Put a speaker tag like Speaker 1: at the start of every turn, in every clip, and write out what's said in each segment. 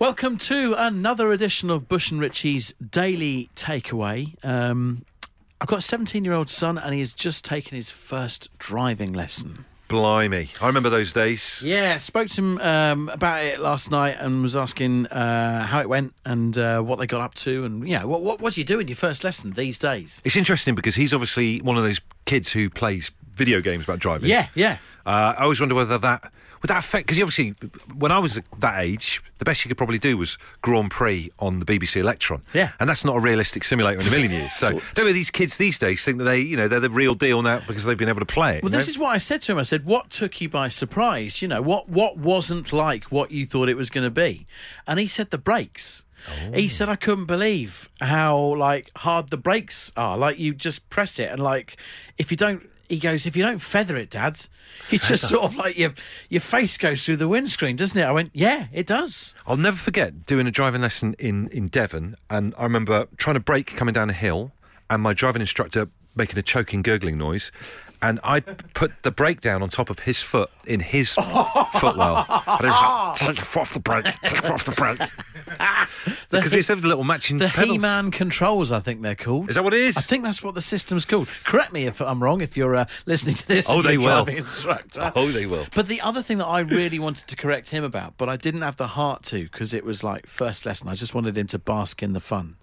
Speaker 1: Welcome to another edition of Bush and Richie's Daily Takeaway. Um, I've got a 17 year old son and he has just taken his first driving lesson.
Speaker 2: Blimey. I remember those days.
Speaker 1: Yeah, spoke to him um, about it last night and was asking uh, how it went and uh, what they got up to and you know what what was you doing your first lesson these days?
Speaker 2: It's interesting because he's obviously one of those kids who plays video games about driving.
Speaker 1: Yeah, yeah.
Speaker 2: Uh, I always wonder whether that would that affect because obviously when I was that age, the best you could probably do was Grand Prix on the BBC Electron.
Speaker 1: Yeah.
Speaker 2: and that's not a realistic simulator in a million years. So don't know these kids these days think that they you know they're the real deal now because they've been able to play it.
Speaker 1: Well, this is what I said to him. I said, "What took you by surprise? You know, what what wasn't like what you thought it was going to be?" And he said the brakes.
Speaker 2: Oh.
Speaker 1: He said, "I couldn't believe how like hard the brakes are. Like you just press it, and like if you don't." He goes, if you don't feather it, Dad, you just sort of like your your face goes through the windscreen, doesn't it? I went, yeah, it does.
Speaker 2: I'll never forget doing a driving lesson in, in Devon, and I remember trying to brake coming down a hill, and my driving instructor making a choking, gurgling noise, and I put the brake down on top of his foot in his footwell, and it was like, take your foot off the brake, take your foot off the brake,
Speaker 1: The
Speaker 2: because
Speaker 1: he-
Speaker 2: it's every little matching
Speaker 1: the
Speaker 2: pedals.
Speaker 1: He-Man controls, I think they're called.
Speaker 2: Is that what it is?
Speaker 1: I think that's what the system's called. Correct me if I'm wrong. If you're uh, listening to this,
Speaker 2: Oh,
Speaker 1: and
Speaker 2: they
Speaker 1: you're a
Speaker 2: will.
Speaker 1: driving Instructor.
Speaker 2: Oh, they will.
Speaker 1: But the other thing that I really wanted to correct him about, but I didn't have the heart to because it was like first lesson. I just wanted him to bask in the fun.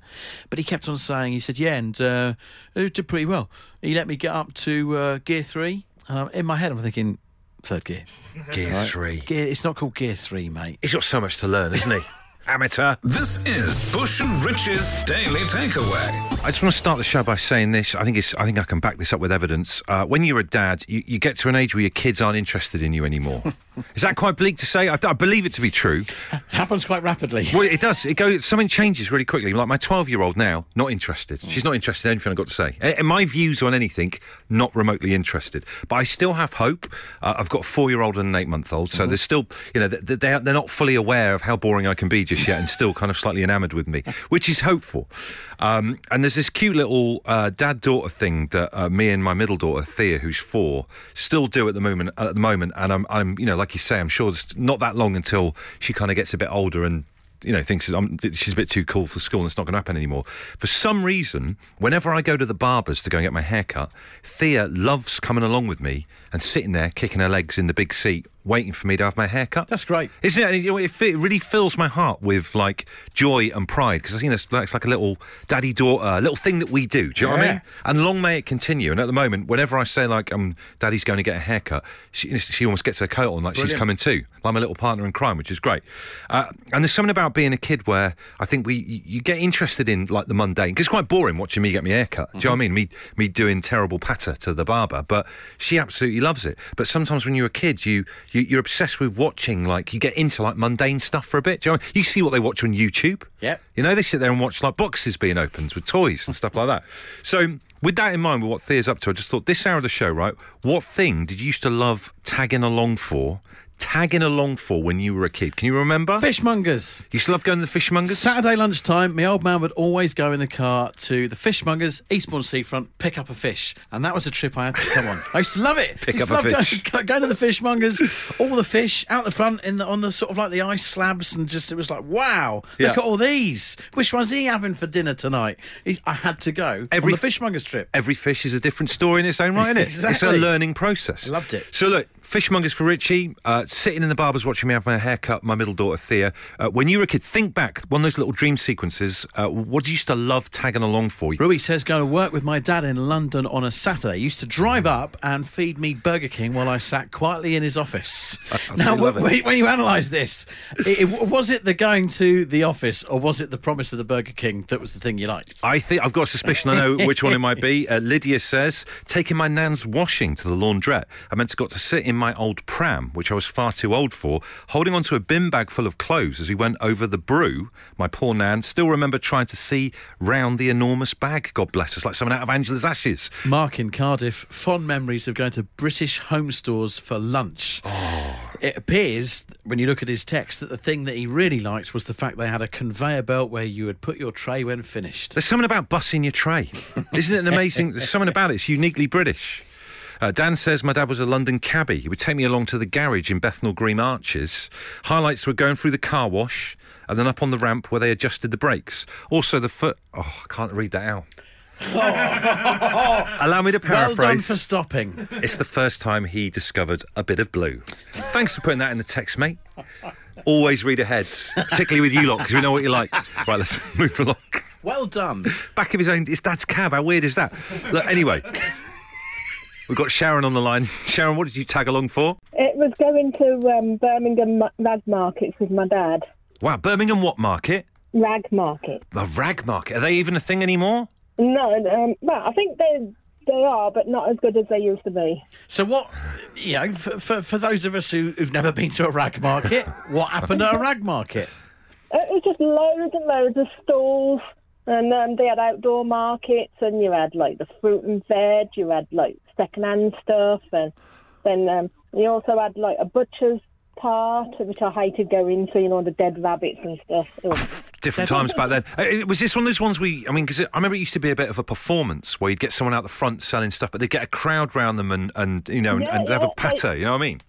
Speaker 1: But he kept on saying, he said, yeah, and uh, I did pretty well. He let me get up to uh, gear three. And I'm- in my head, I'm thinking, third gear.
Speaker 2: Gear three.
Speaker 1: gear. It's not called gear three, mate.
Speaker 2: He's got so much to learn, isn't he? Amateur.
Speaker 3: This is Bush and Rich's Daily Takeaway.
Speaker 2: I just want to start the show by saying this. I think it's. I think I can back this up with evidence. Uh, when you're a dad, you, you get to an age where your kids aren't interested in you anymore. Is that quite bleak to say? I, I believe it to be true.
Speaker 1: Happens quite rapidly.
Speaker 2: Well, it does. It goes. Something changes really quickly. Like my 12 year old now, not interested. She's not interested in anything I've got to say. A- And my views on anything, not remotely interested. But I still have hope. Uh, I've got a four year old and an eight month old, so they're still, you know, th- th- they're they're not fully aware of how boring I can be just yet, and still kind of slightly enamoured with me, which is hopeful. Um, and there's this cute little uh, dad daughter thing that uh, me and my middle daughter Thea, who's four, still do at the moment. At the moment, and I'm, I'm, you know, like you say, I'm sure it's not that long until she kind of gets a bit older and you know, thinks that I'm, that she's a bit too cool for school and it's not going to happen anymore. For some reason, whenever I go to the barbers to go and get my haircut, Thea loves coming along with me and sitting there kicking her legs in the big seat, waiting for me to have my haircut.
Speaker 1: That's great.
Speaker 2: Isn't it? And, you know, it, it really fills my heart with like joy and pride because I think that's like, it's like a little daddy daughter, little thing that we do. Do you know what I
Speaker 1: Yeah.
Speaker 2: mean? And long may it continue. And at the moment, whenever I say like, um, daddy's going to get a haircut, she, she almost gets her coat on like she's
Speaker 1: Brilliant.
Speaker 2: coming too. Like my little partner in crime, which is great. Uh, and there's something about being a kid where I think we you you get interested in like the mundane 'cause it's quite boring watching me get my haircut. Do you know what I
Speaker 1: Mm-hmm.
Speaker 2: mean? Me me doing terrible patter to the barber, but she absolutely loves it. But sometimes when you're a kid, you, you you're obsessed with watching like you get into like mundane stuff for a bit. Do you know? what I mean? You see what they watch on YouTube.
Speaker 1: Yep.
Speaker 2: You know, they sit there and watch like boxes being opened with toys and stuff like that. So, with that in mind, with what Thea's up to, I just thought this hour of the show, right? What thing did you used to love tagging along for? Tagging along for when you were a kid? Can you remember?
Speaker 1: Fishmongers.
Speaker 2: You used to love going to the fishmongers?
Speaker 1: Saturday lunchtime, my old man would always go in the car to the fishmongers, Eastbourne Seafront, pick up a fish. And that was a trip I had to come on. I used to love it.
Speaker 2: Pick
Speaker 1: used to
Speaker 2: up a
Speaker 1: love
Speaker 2: fish.
Speaker 1: Going, going to the fishmongers, all the fish out the front in the, on the sort of like the ice slabs, and just it was like, wow,
Speaker 2: Yeah.
Speaker 1: look at all these. Which one's he having for dinner tonight? He's, I had to go
Speaker 2: Every-
Speaker 1: on the fishmongers trip.
Speaker 2: Every fish is a different story in its own right, isn't it? It's a
Speaker 1: Exactly.
Speaker 2: learning process.
Speaker 1: Loved it.
Speaker 2: So look, fishmongers for Richie, uh, sitting in the barbers watching me have my haircut, my middle daughter Thea. Uh, when you were a kid, think back, one of those little dream sequences, uh, what do you used to love tagging along for?
Speaker 1: Rui says, going to work with my dad in London on a Saturday. He used to drive
Speaker 2: Mm.
Speaker 1: up and feed me Burger King while I sat quietly in his office. now,
Speaker 2: love
Speaker 1: when, when you analyse this, it, it- was it the going to the office or was it the promise of the Burger King that was the thing you liked?
Speaker 2: I think I've got a suspicion. I know which one it might be. Uh, Lydia says taking my nan's washing to the laundrette. I meant to got to sit in my old pram, which I was far too old for, holding onto a bin bag full of clothes as we went over the brew. My poor nan still remember trying to see round the enormous bag. God bless us, like someone out of Angela's ashes.
Speaker 1: Mark in Cardiff, fond memories of going to British home stores for lunch.
Speaker 2: Oh.
Speaker 1: It appears, when you look at his text, that the thing that he really liked was the fact they had a conveyor belt where you would put your tray when finished.
Speaker 2: There's something about bussing your tray. Isn't it an amazing? There's something about it. It's uniquely British. Uh, Dan says my dad was a London cabbie. He would take me along to the garage in Bethnal Green Arches. Highlights were going through the car wash, and then up on the ramp where they adjusted the brakes. Also, the foot. Oh, I can't read that out. Allow me to
Speaker 1: Well
Speaker 2: paraphrase.
Speaker 1: done for stopping.
Speaker 2: It's the first time he discovered a bit of blue. Thanks for putting that in the text, mate. Always read ahead, particularly with you lot, because we know what you like. Right, let's move along.
Speaker 1: Well done.
Speaker 2: Back of his own, his dad's cab. How weird is that? Look, anyway, we've got Sharon on the line. Sharon, what did you tag along for?
Speaker 4: It was going to um, Birmingham ma- rag markets with my dad.
Speaker 2: Wow, Birmingham what market?
Speaker 4: Rag market.
Speaker 2: The rag market. Are they even a thing anymore?
Speaker 4: No, um, well, I think they they are, but not as good as they used to be.
Speaker 1: So what? You know, for, for, for those of us who, who've never been to a rag market, what happened at a rag market?
Speaker 4: It was just loads and loads of stalls, and um, they had outdoor markets, and you had like the fruit and veg, you had like second-hand stuff, and then um, you also had like a butcher's part, which I hated going to, you know, the dead rabbits and stuff. It was-
Speaker 2: Different times back then. Uh, it- Was this one of those ones we? I mean, because I remember it used to be a bit of a performance where you'd get someone out the front selling stuff, but they'd get a crowd round them and, and you know, and,
Speaker 4: Yeah,
Speaker 2: and have a
Speaker 4: yeah, like-
Speaker 2: patter. you know what I mean?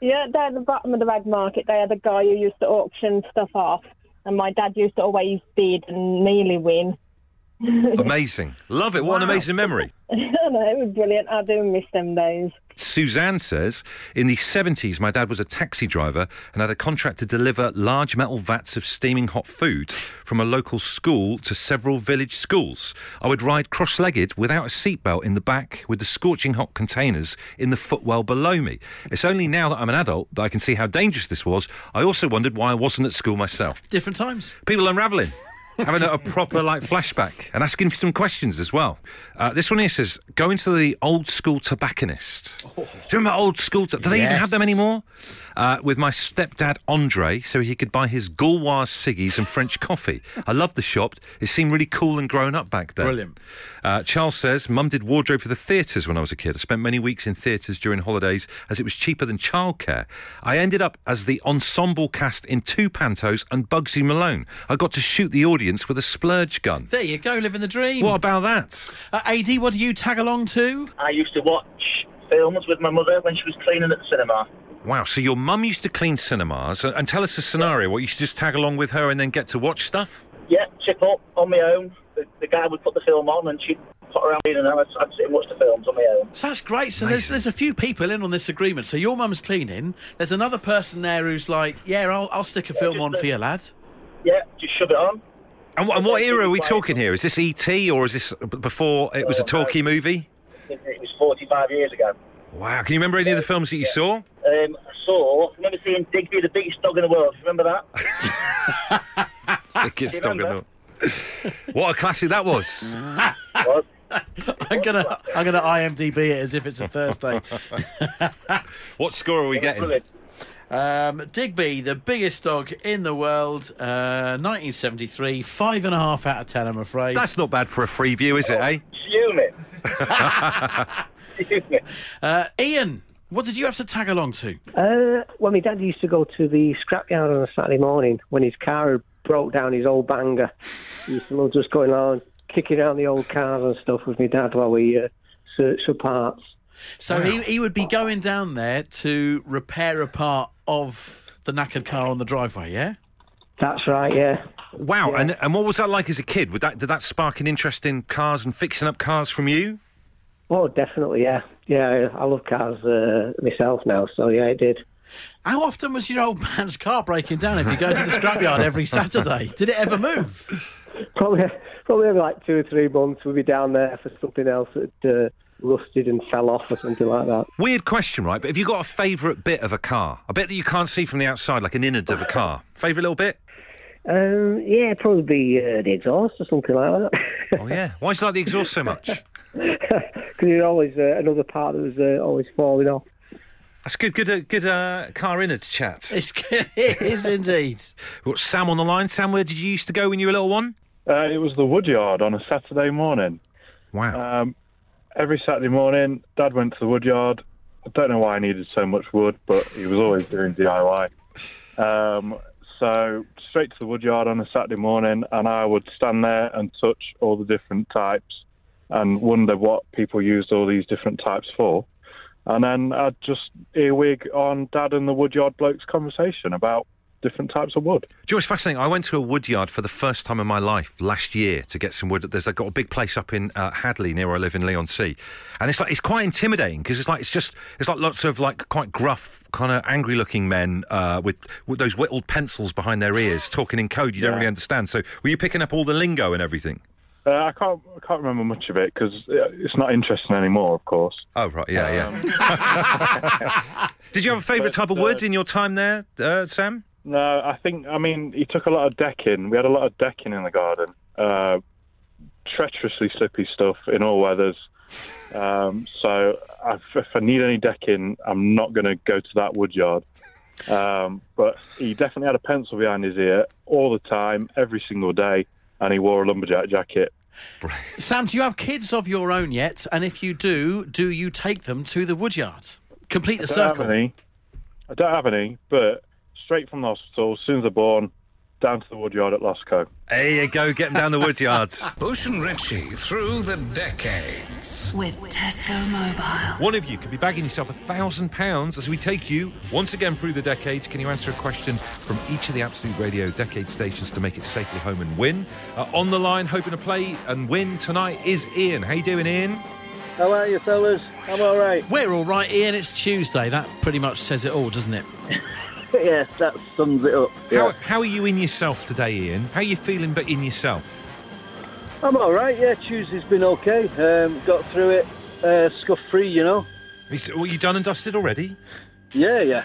Speaker 4: Yeah, down at the bottom of the rag market, they had a guy who used to auction stuff off, and my dad used to always bid and nearly win.
Speaker 2: Amazing. Love it. What an amazing memory.
Speaker 4: I know, it was brilliant. I do miss them days.
Speaker 2: Suzanne says In the 70s, my dad was a taxi driver and had a contract to deliver large metal vats of steaming hot food from a local school to several village schools. I would ride cross legged without a seatbelt in the back with the scorching hot containers in the footwell below me. It's only now that I'm an adult that I can see how dangerous this was. I also wondered why I wasn't at school myself.
Speaker 1: Different times.
Speaker 2: people unraveling having a, a proper like flashback and asking for some questions as well uh, this one here says going to the old school tobacconist do you remember old school to- do they even have them
Speaker 1: Yes.
Speaker 2: anymore uh, with my stepdad andre so he could buy his gauloise ciggies and french coffee i loved the shop it seemed really cool and grown up back then
Speaker 1: Brilliant.
Speaker 2: uh, Charles says, Mum did wardrobe for the theatres when I was a kid. I spent many weeks in theatres during holidays as it was cheaper than childcare. I ended up as the ensemble cast in two pantos and Bugsy Malone. I got to shoot the audience with a splurge gun.
Speaker 1: There you go, living the dream.
Speaker 2: What about that?
Speaker 1: Uh, Ad, what do you tag along to?
Speaker 5: I used to watch films with my mother when she was cleaning at the cinema.
Speaker 2: Wow, so your mum used to clean cinemas. And, and tell us a scenario. What, you used to just tag along with her and then get to watch stuff?
Speaker 5: Yeah, chip up on my own. The, the guy would put the film on and she'd put around me and I'd, I'd sit and watch the films on my own.
Speaker 1: So that's great. So there's,
Speaker 2: Amazing.
Speaker 1: there's a few people in on this agreement. So your mum's cleaning. There's another person there who's like, yeah, I'll, I'll stick a film on for you, lad.
Speaker 5: Yeah, just shove it on.
Speaker 2: And, wh- and what era are we talking here? Is this E.T. or is this b- before it was a talkie movie?
Speaker 5: It, it was 45 years ago.
Speaker 2: Wow, can you remember any of the films that you saw?
Speaker 5: Um, I saw, I remember seeing Digby, the biggest dog in the world. Remember that?
Speaker 2: Biggest
Speaker 5: Do you
Speaker 2: dog in the
Speaker 5: remember?
Speaker 2: world. What a classic that was.
Speaker 5: It was.
Speaker 1: I'm gonna I'm gonna IMDb it as if it's a Thursday.
Speaker 2: What score are we getting?
Speaker 5: Brilliant.
Speaker 1: Um, Digby, the biggest dog in the world, uh, 1973, five and a half out of ten, I'm afraid.
Speaker 2: That's not bad for a free view, is it, eh?
Speaker 5: Fuming. Fuming.
Speaker 1: Uh, Ian, what did you have to tag along to?
Speaker 6: Uh, well, my dad used to go to the scrapyard on a Saturday morning when his car had broke down his old banger. He used to love just going around, kicking around the old cars and stuff with my dad while we uh, searched for parts.
Speaker 1: So he, he would be going down there to repair a part of the knackered car on the driveway, yeah?
Speaker 6: That's right, yeah.
Speaker 2: Wow. And and what was that like as a kid? Would that did that spark an interest in cars and fixing up cars from you?
Speaker 6: Oh, definitely, yeah. Yeah, I love cars uh, myself now, so yeah, it did.
Speaker 1: How often was your old man's car breaking down if you go to the scrapyard every Saturday? Did it ever move?
Speaker 6: Probably, probably every like two or three months we'd be down there for something else that uh, rusted and fell off or something like that.
Speaker 2: Weird question, right? But have you got a favourite bit of a car? A bit that you can't see from the outside, like an innards of a car. Favourite little bit?
Speaker 6: Um, yeah, probably uh, the exhaust or something like that.
Speaker 2: Oh yeah. Why do you like the exhaust so much?
Speaker 6: because there's always uh, another part that was uh, always falling off.
Speaker 2: That's good, good, uh, good uh, car innards chat.
Speaker 1: It's, it is indeed.
Speaker 2: We've got Sam on the line. Sam, where did you used to go when you were a little one?
Speaker 7: Uh, it was the woodyard on a Saturday morning.
Speaker 2: Wow.
Speaker 7: Um, every Saturday morning, Dad went to the woodyard. I don't know why I needed so much wood, but he was always doing DIY. Um, so straight to the woodyard on a Saturday morning, and I would stand there and touch all the different types and wonder what people used all these different types for. And then I'd just earwig on Dad and the woodyard bloke's conversation about different types of wood.
Speaker 2: Do you know what's fascinating? I went to a woodyard for the first time in my life last year to get some wood. There's I got a big place up in uh, Hadley near where I live in Leon Sea, and it's like it's quite intimidating because it's like it's just it's like lots of like quite gruff, kind of angry-looking men uh, with, with those whittled pencils behind their ears talking in code you don't
Speaker 7: Yeah.
Speaker 2: really understand. So were you picking up all the lingo and everything?
Speaker 7: Uh, I can't I can't remember much of it because it's not interesting anymore, of course.
Speaker 2: Oh right, yeah, yeah. Did you have a favourite type of wood in your time there, uh, Sam?
Speaker 7: No, I think I mean he took a lot of decking. We had a lot of decking in the garden. Uh, treacherously slippy stuff in all weathers. Um, so i if I need any decking, I'm not going to go to that woodyard. Um, but he definitely had a pencil behind his ear all the time, every single day, and he wore a lumberjack jacket.
Speaker 1: Sam, do you have kids of your own yet? And if you do, do you take them to the woodyard? Complete the
Speaker 7: I don't
Speaker 1: circle.
Speaker 7: have any. I don't have any, but straight from the hospital, as soon as they're born, down to the woodyard at Lascaux.
Speaker 2: There you go, get them down the woodyard.
Speaker 3: Bush and Ritchie through the decades.
Speaker 8: With Tesco Mobile.
Speaker 2: One of you could be bagging yourself a thousand pounds as we take you once again through the decades. Can you answer a question from each of the Absolute Radio decade stations to make it safely home and win? Uh, on the line, hoping to play and win tonight is Ian. How you doing, Ian?
Speaker 5: How are you, fellas? I'm all right.
Speaker 1: We're all right, Ian. It's Tuesday. That pretty much says it all, doesn't it?
Speaker 5: yes, that sums it up.
Speaker 2: How, how are you in yourself today, Ian? How are you feeling but in yourself?
Speaker 5: I'm all right. Yeah, Tuesday's been okay. Um, got through it, uh, scuff free, you know.
Speaker 2: Is- Well, you done and dusted already.
Speaker 5: Yeah, yeah.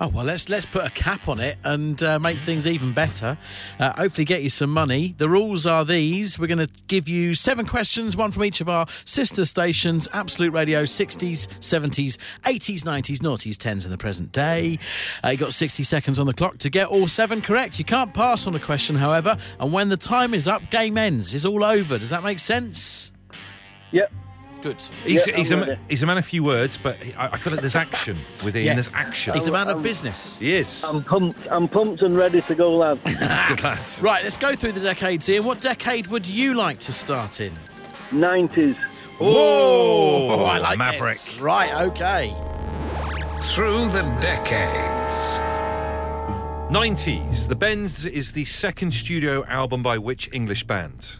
Speaker 1: Oh well, let's let's put a cap on it and uh, make things even better. Uh, hopefully, get you some money. The rules are these: we're going to give you seven questions, one from each of our sister stations, Absolute Radio, 60s, 70s, 80s, 90s, noughties, tens, and the present day. Uh, you got 60 seconds on the clock to get all seven correct. You can't pass on a question, however, and when the time is up, game ends. It's all over. Does that make sense?
Speaker 5: Yep.
Speaker 1: Good.
Speaker 2: He's,
Speaker 5: Yeah,
Speaker 2: he's,
Speaker 5: I'm
Speaker 2: a, ma-
Speaker 5: ready.
Speaker 2: he's a man of few words, but he- I, I feel like there's action with Ian.
Speaker 1: Yeah.
Speaker 2: There's action.
Speaker 1: He's a man of business.
Speaker 2: he is.
Speaker 5: I'm pumped. I'm pumped and ready to go, lad.
Speaker 2: Good lad.
Speaker 1: Right, let's go through the decades here. What decade would you like to start in?
Speaker 5: 90s.
Speaker 2: Oh,
Speaker 1: I like
Speaker 2: Maverick.
Speaker 1: this. Right, okay.
Speaker 3: Through the decades.
Speaker 2: 90s. The Bends is the second studio album by which English band?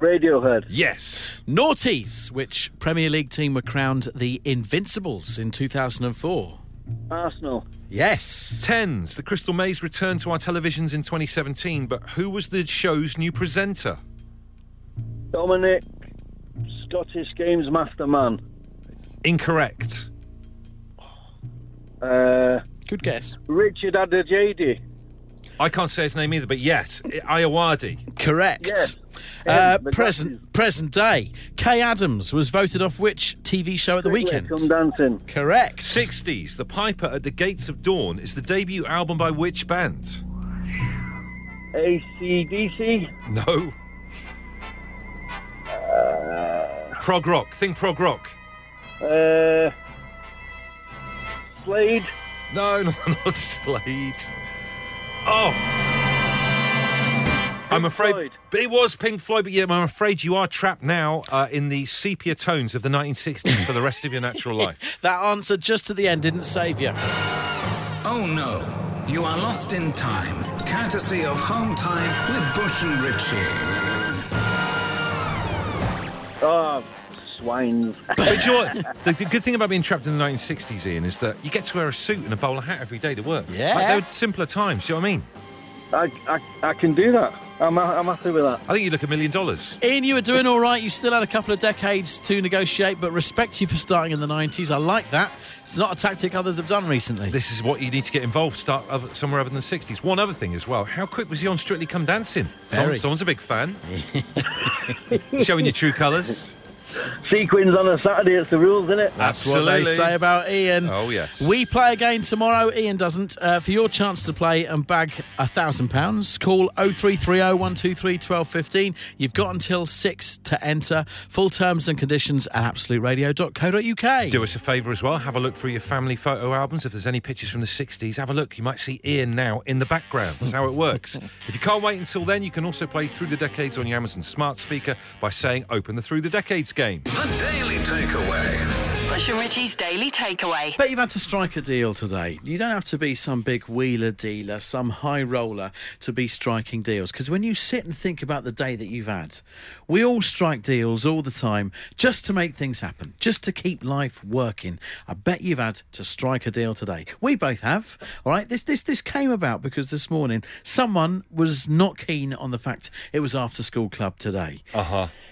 Speaker 5: Radiohead.
Speaker 2: Yes.
Speaker 1: Naughties, which Premier League team were crowned the Invincibles in 2004.
Speaker 5: Arsenal.
Speaker 1: Yes.
Speaker 2: Tens. The Crystal Maze returned to our televisions in 2017, but who was the show's new presenter?
Speaker 5: Dominic. Scottish Games Masterman.
Speaker 2: Incorrect.
Speaker 5: Uh,
Speaker 1: Good guess.
Speaker 5: Richard Adajadi.
Speaker 2: I can't say his name either, but yes, I- Iowadi.
Speaker 1: Correct.
Speaker 5: Yes.
Speaker 1: Uh,
Speaker 5: Um, the
Speaker 1: present present day. Kay Adams was voted off which TV show at the weekend?
Speaker 5: Come dancing.
Speaker 1: Correct.
Speaker 2: 60s. The Piper at the Gates of Dawn is the debut album by which band?
Speaker 5: ACDC.
Speaker 2: No. Prog rock. Think prog rock.
Speaker 5: Uh, Slade.
Speaker 2: No, no, not Slade. Oh. I'm afraid
Speaker 5: Floyd.
Speaker 2: it was Pink Floyd, but yeah, I'm afraid you are trapped now uh, in the sepia tones of the 1960s for the rest of your natural life.
Speaker 1: That answer just at the end didn't save you.
Speaker 3: Oh no, you are lost in time. Courtesy of Home Time with Bush and Ritchie.
Speaker 5: Oh, swines.
Speaker 2: But you're, the, the good thing about being trapped in the 1960s, Ian, is that you get to wear a suit and a bowler hat every day to work.
Speaker 1: Yeah.
Speaker 2: Like, they were simpler times. Do you know what I mean?
Speaker 5: I, I, I can do that. I'm, I'm happy with that.
Speaker 2: I think you look a million dollars.
Speaker 1: Ian, you were doing all right. You still had a couple of decades to negotiate, but respect you for starting in the 90s. I like that. It's not a tactic others have done recently.
Speaker 2: This is what you need to get involved. Start other, somewhere other than the 60s. One other thing as well. How quick was he on Strictly Come Dancing? Someone-
Speaker 1: Very.
Speaker 2: someone's a big fan. Showing your true colours.
Speaker 5: Sequins on a Saturday, it's the rules, isn't it?
Speaker 1: That's what they
Speaker 2: Absolutely.
Speaker 1: say about Ian.
Speaker 2: Oh, yes.
Speaker 1: We play again tomorrow. Ian doesn't. Uh, for your chance to play and bag a thousand pounds, call 0330 123 1215. You've got until six to enter. Full terms and conditions at absoluteradio.co.uk.
Speaker 2: Do us a favour as well. Have a look through your family photo albums. If there's any pictures from the 60s, have a look. You might see Ian now in the background. That's how it works. if you can't wait until then, you can also play Through the Decades on your Amazon smart speaker by saying, open the Through the Decades game.
Speaker 3: The Daily Takeaway
Speaker 8: Bush and Richie's Daily Takeaway.
Speaker 1: Bet you've had to strike a deal today. You don't have to be some big wheeler dealer, some high roller to be striking deals. Because when you sit and think about the day that you've had, we all strike deals all the time just to make things happen, just to keep life working. I bet you've had to strike a deal today. We both have. All right. This this this came about because this morning someone was not keen on the fact it was after school club today.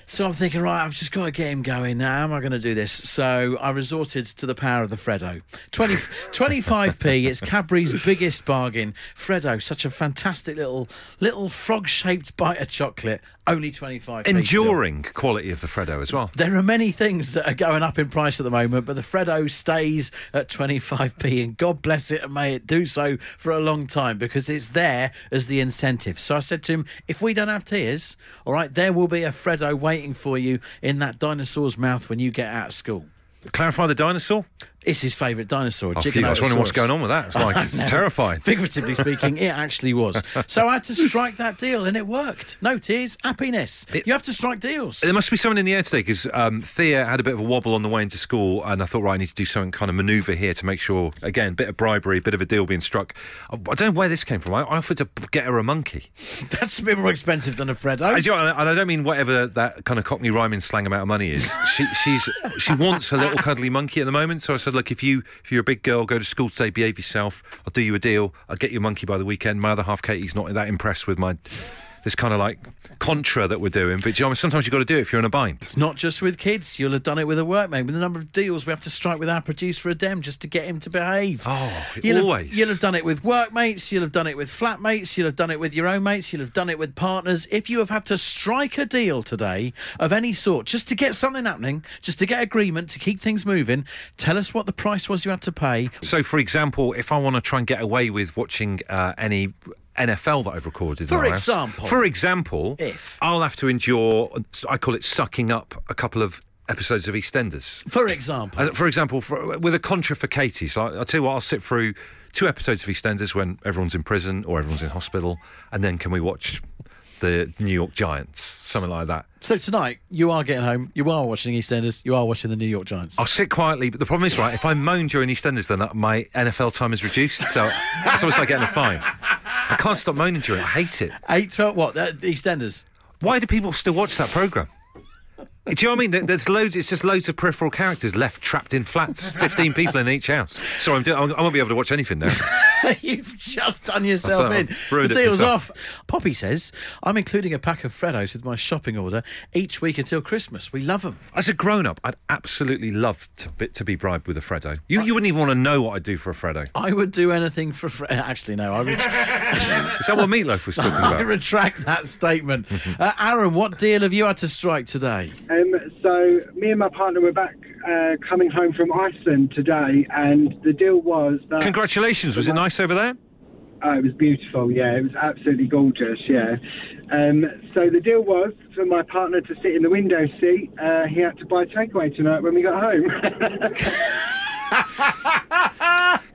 Speaker 1: So I'm thinking, right, I've just got to get him going. Now, how am I going to do this? So I resorted to the power of the Freddo. 20, 25p, it's Cadbury's biggest bargain. Freddo, such a fantastic little little frog shaped bite of chocolate. Only 25p. still.
Speaker 2: Enduring quality of the Freddo as well.
Speaker 1: There are many things that are going up in price at the moment, but the Freddo stays at 25p, and God bless it, and may it do so for a long time because it's there as the incentive. So I said to him, if we don't have tears, all right, there will be a Freddo waiting for you in that dinosaur's mouth when you get out of school.
Speaker 2: Clarify the dinosaur.
Speaker 1: It's his favourite dinosaur.
Speaker 2: Oh, phew, I was wondering what's
Speaker 1: Giganotosaurus.
Speaker 2: going on with that. It's like it's terrifying.
Speaker 1: Figuratively speaking, it actually was. So I had to strike that deal, and it worked. No tears, happiness. you have to strike deals.
Speaker 2: There must be someone in the air today because um, Thea had a bit of a wobble on the way into school, and I thought, right, I need to do some kind of manoeuvre here to make sure, again, bit of bribery, bit of a deal being struck. I I don't know where this came from. I I offered to get her a monkey.
Speaker 1: That's a bit more expensive than a Freddo.
Speaker 2: And, you know, and I don't mean whatever that kind of Cockney rhyming slang amount of money is. She, she's she wants her little cuddly monkey at the moment. So I said, look, if you if you're a big girl, go to school today, behave yourself. I'll do you a deal. I'll get you a monkey by the weekend. My other half, Katie's not that impressed with my this kind of like contra that we're doing. But you know, sometimes you got to do it if you're in a bind.
Speaker 1: It's not just with kids. You'll have done it with a workmate. With the number of deals we have to strike with our producer, Adem, just to get him to behave.
Speaker 2: Oh,
Speaker 1: you'll
Speaker 2: always.
Speaker 1: Have, you'll have done it with workmates. You'll have done it with flatmates. You'll have done it with your own mates. You'll have done it with partners. If you have had to strike a deal today of any sort, just to get something happening, just to get agreement, to keep things moving, tell us what the price was you had to pay.
Speaker 2: So, for example, if I want to try and get away with watching uh, any NFL that I've recorded, in
Speaker 1: For
Speaker 2: our house-
Speaker 1: example.
Speaker 2: for example,
Speaker 1: If.
Speaker 2: I'll have to endure, I call it sucking up a couple of episodes of EastEnders.
Speaker 1: For example.
Speaker 2: As- Uh, For example, for, with a contra for Katie, so I, I tell you what, I'll sit through two episodes of EastEnders when everyone's in prison or everyone's in hospital, and then can we watch the New York Giants, something like that?
Speaker 1: So tonight, you are getting home. You are watching EastEnders. You are watching the New York Giants.
Speaker 2: I'll sit quietly, but the problem is, right, if I moan during EastEnders, then uh, my NFL time is reduced, so it's almost like getting a fine. I can't stop moaning during it. I hate it.
Speaker 1: Eight, twelve, what? Uh, EastEnders.
Speaker 2: Why do people still watch that programme? Do you know what I mean? There- There's loads. It's just loads of peripheral characters left trapped in flats. Fifteen people in each house. Sorry, I'm doing, I won't be able to watch anything now.
Speaker 1: You've just done yourself
Speaker 2: I've done-
Speaker 1: in.
Speaker 2: I've
Speaker 1: The
Speaker 2: ruined it
Speaker 1: deal's
Speaker 2: myself.
Speaker 1: off. Poppy says, I'm including a pack of Freddos with my shopping order each week until Christmas. We love them.
Speaker 2: As a grown-up, I'd absolutely love to be, to be bribed with a Freddo. You, you wouldn't even want to know what I'd do for a Freddo.
Speaker 1: I would do anything for Fred. Actually, no, I, ret-
Speaker 2: Is that what Meatloaf was talking
Speaker 1: I
Speaker 2: about?
Speaker 1: retract that statement. Uh, Aaron, what deal have you had to strike today?
Speaker 9: Um, so me and my partner were back uh, coming home from Iceland today, and the deal was that
Speaker 2: Congratulations. Was it nice over there?
Speaker 9: oh, it was beautiful. Yeah, it was absolutely gorgeous. Yeah. Um, so the deal was for my partner to sit in the window seat. Uh, he had to buy takeaway tonight when we got home.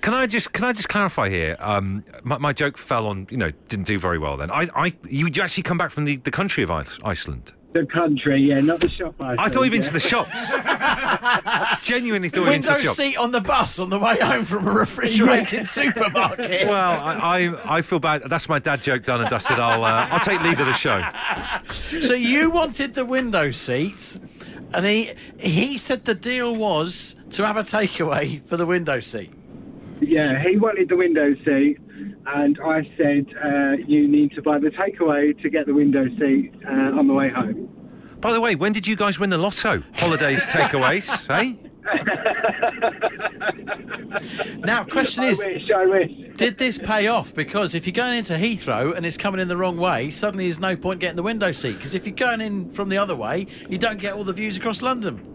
Speaker 2: Can I just can I just clarify here? Um, my, my joke fell on you know didn't do very well. Then I, I you you actually come back from the, the country of Ice, Iceland.
Speaker 9: the country, yeah, not the shop.
Speaker 2: I thought
Speaker 9: said,
Speaker 2: you've been
Speaker 9: yeah.
Speaker 2: to the shops. Genuinely thought you've been to
Speaker 1: Window
Speaker 2: the shops.
Speaker 1: seat on the bus on the way home from a refrigerated supermarket.
Speaker 2: Well, I, I I feel bad. That's my dad joke done and dusted. I'll uh, I'll take leave of the show.
Speaker 1: So you wanted the window seat, and he he said the deal was to have a takeaway for the window seat.
Speaker 9: Yeah, he wanted the window seat, and I said uh, you need to buy the takeaway to get the window seat uh, on the way home.
Speaker 2: By the way, when did you guys win the lotto? Holidays takeaways, eh?
Speaker 1: Now, question
Speaker 9: I
Speaker 1: is,
Speaker 9: wish, I wish.
Speaker 1: did this pay off? Because if you're going into Heathrow and it's coming in the wrong way, suddenly there's no point getting the window seat. Because if you're going in from the other way, you don't get all the views across London.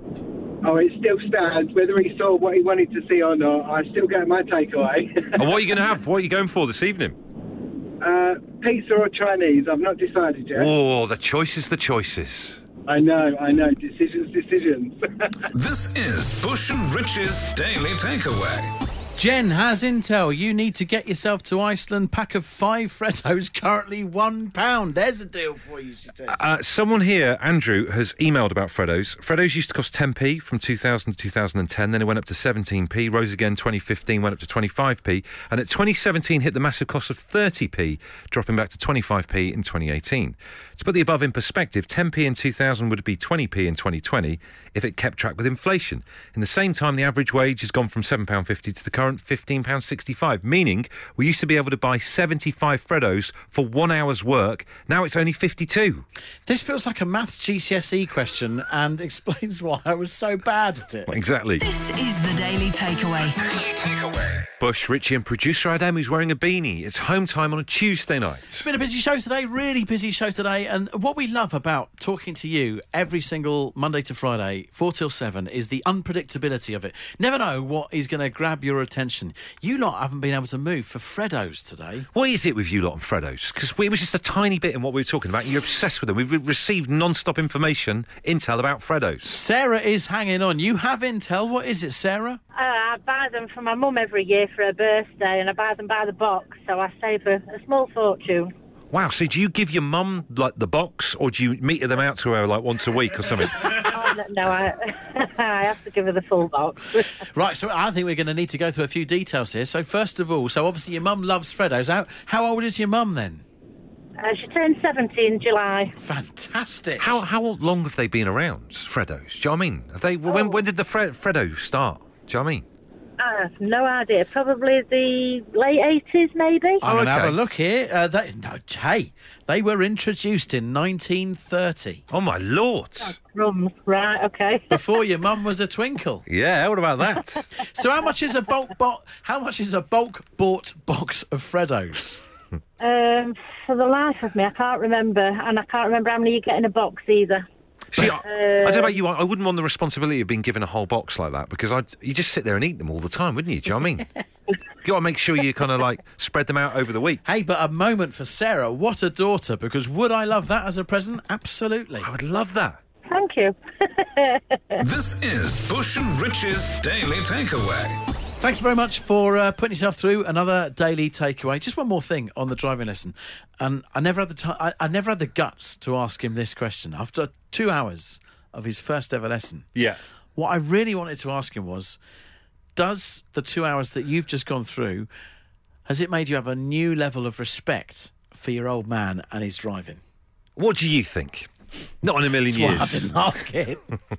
Speaker 9: Oh, it still stands. Whether he saw what he wanted to see or not, I still get my takeaway.
Speaker 2: And Oh, what are you going to have? What are you going for this evening?
Speaker 9: uh, pizza or Chinese? I've not decided yet.
Speaker 2: Oh, the choices, the choices.
Speaker 9: I know, I know. Decisions, decisions.
Speaker 3: This is Bush and Rich's Daily Takeaway.
Speaker 1: Jen has intel. You need to get yourself to Iceland. Pack of five Freddos, currently one pound. There's a deal for you, she says.
Speaker 2: Uh, someone here, Andrew, has emailed about Freddos. Freddos used to cost 10p from 2000 to 2010, then it went up to 17p, rose again 2015, went up to 25p, and at 2017 hit the massive cost of 30p, dropping back to 25p in 2018. To put the above in perspective, 10p in 2000 would be 20p in 2020 if it kept track with inflation. In the same time, the average wage has gone from £7.50 to the current £15.65, meaning we used to be able to buy 75 Freddos for one hour's work. Now it's only 52.
Speaker 1: This feels like a maths GCSE E question and explains why I was so bad at it.
Speaker 2: Exactly.
Speaker 8: This is the Daily Takeaway.
Speaker 3: Daily Takeaway.
Speaker 2: Bush, Richie, and producer Adam, who's wearing a beanie. It's home time on a Tuesday night.
Speaker 1: It's been a busy show today, really busy show today. And what we love about talking to you every single Monday to Friday, 4 till 7, is the unpredictability of it. Never know what is going to grab your attention. You lot haven't been able to move for Freddos today.
Speaker 2: What is it with you lot and Freddos? Because it was just a tiny bit in what we were talking about, and you're obsessed with them. We've received non stop information, intel about Freddos.
Speaker 1: Sarah is hanging on. You have intel. What is it, Sarah?
Speaker 4: Uh, I buy them for my mum every year for her birthday, and I buy them by the box, so I save a, a small fortune.
Speaker 2: Wow, so do you give your mum like the box, or do you meter them out to her like once a week or something?
Speaker 4: Oh, no, no, I, I have to give her the full box.
Speaker 1: Right, so I think we're going to need to go through a few details here. So, first of all, so obviously your mum loves Freddos. How, how old is your mum then?
Speaker 4: Uh, she turned 70 in July.
Speaker 1: Fantastic.
Speaker 2: how, how long have they been around, Freddos? Do you know what I mean? Have they, when, when did the Fre- Freddo start? Do you know what I mean?
Speaker 4: I have no idea. Probably the late 80s, maybe.
Speaker 1: I'm going to
Speaker 2: okay.
Speaker 1: have a look here. Uh, they, no, hey, they were introduced in 1930.
Speaker 2: Oh, my lord.
Speaker 4: Crumbs, right, okay.
Speaker 1: Before your mum was a twinkle.
Speaker 2: Yeah, what about that?
Speaker 1: So how much is a bulk bot? How much is a bulk bought box of Freddos?
Speaker 4: Um, for the life of me, I can't remember, and I can't remember how many you get in a box either.
Speaker 2: See, I, I don't know about you, I, I wouldn't want the responsibility of being given a whole box like that because I'd, you just sit there and eat them all the time, wouldn't you? Do you know what I mean? you got to make sure you kind of like spread them out over the week.
Speaker 1: Hey, but a moment for Sarah. What a daughter! Because would I love that as a present? Absolutely.
Speaker 2: I would love that.
Speaker 4: Thank you.
Speaker 3: This is Bush and Rich's Daily Takeaway.
Speaker 1: Thank you very much for uh, putting yourself through another daily takeaway. Just one more thing on the driving lesson, and I never had the time. I, I never had the guts to ask him this question after two hours of his first ever lesson.
Speaker 2: Yeah.
Speaker 1: What I really wanted to ask him was, does the two hours that you've just gone through, has it made you have a new level of respect for your old man and his driving?
Speaker 2: What do you think? Not in a
Speaker 1: That's
Speaker 2: million
Speaker 1: why I
Speaker 2: years.
Speaker 1: didn't ask it.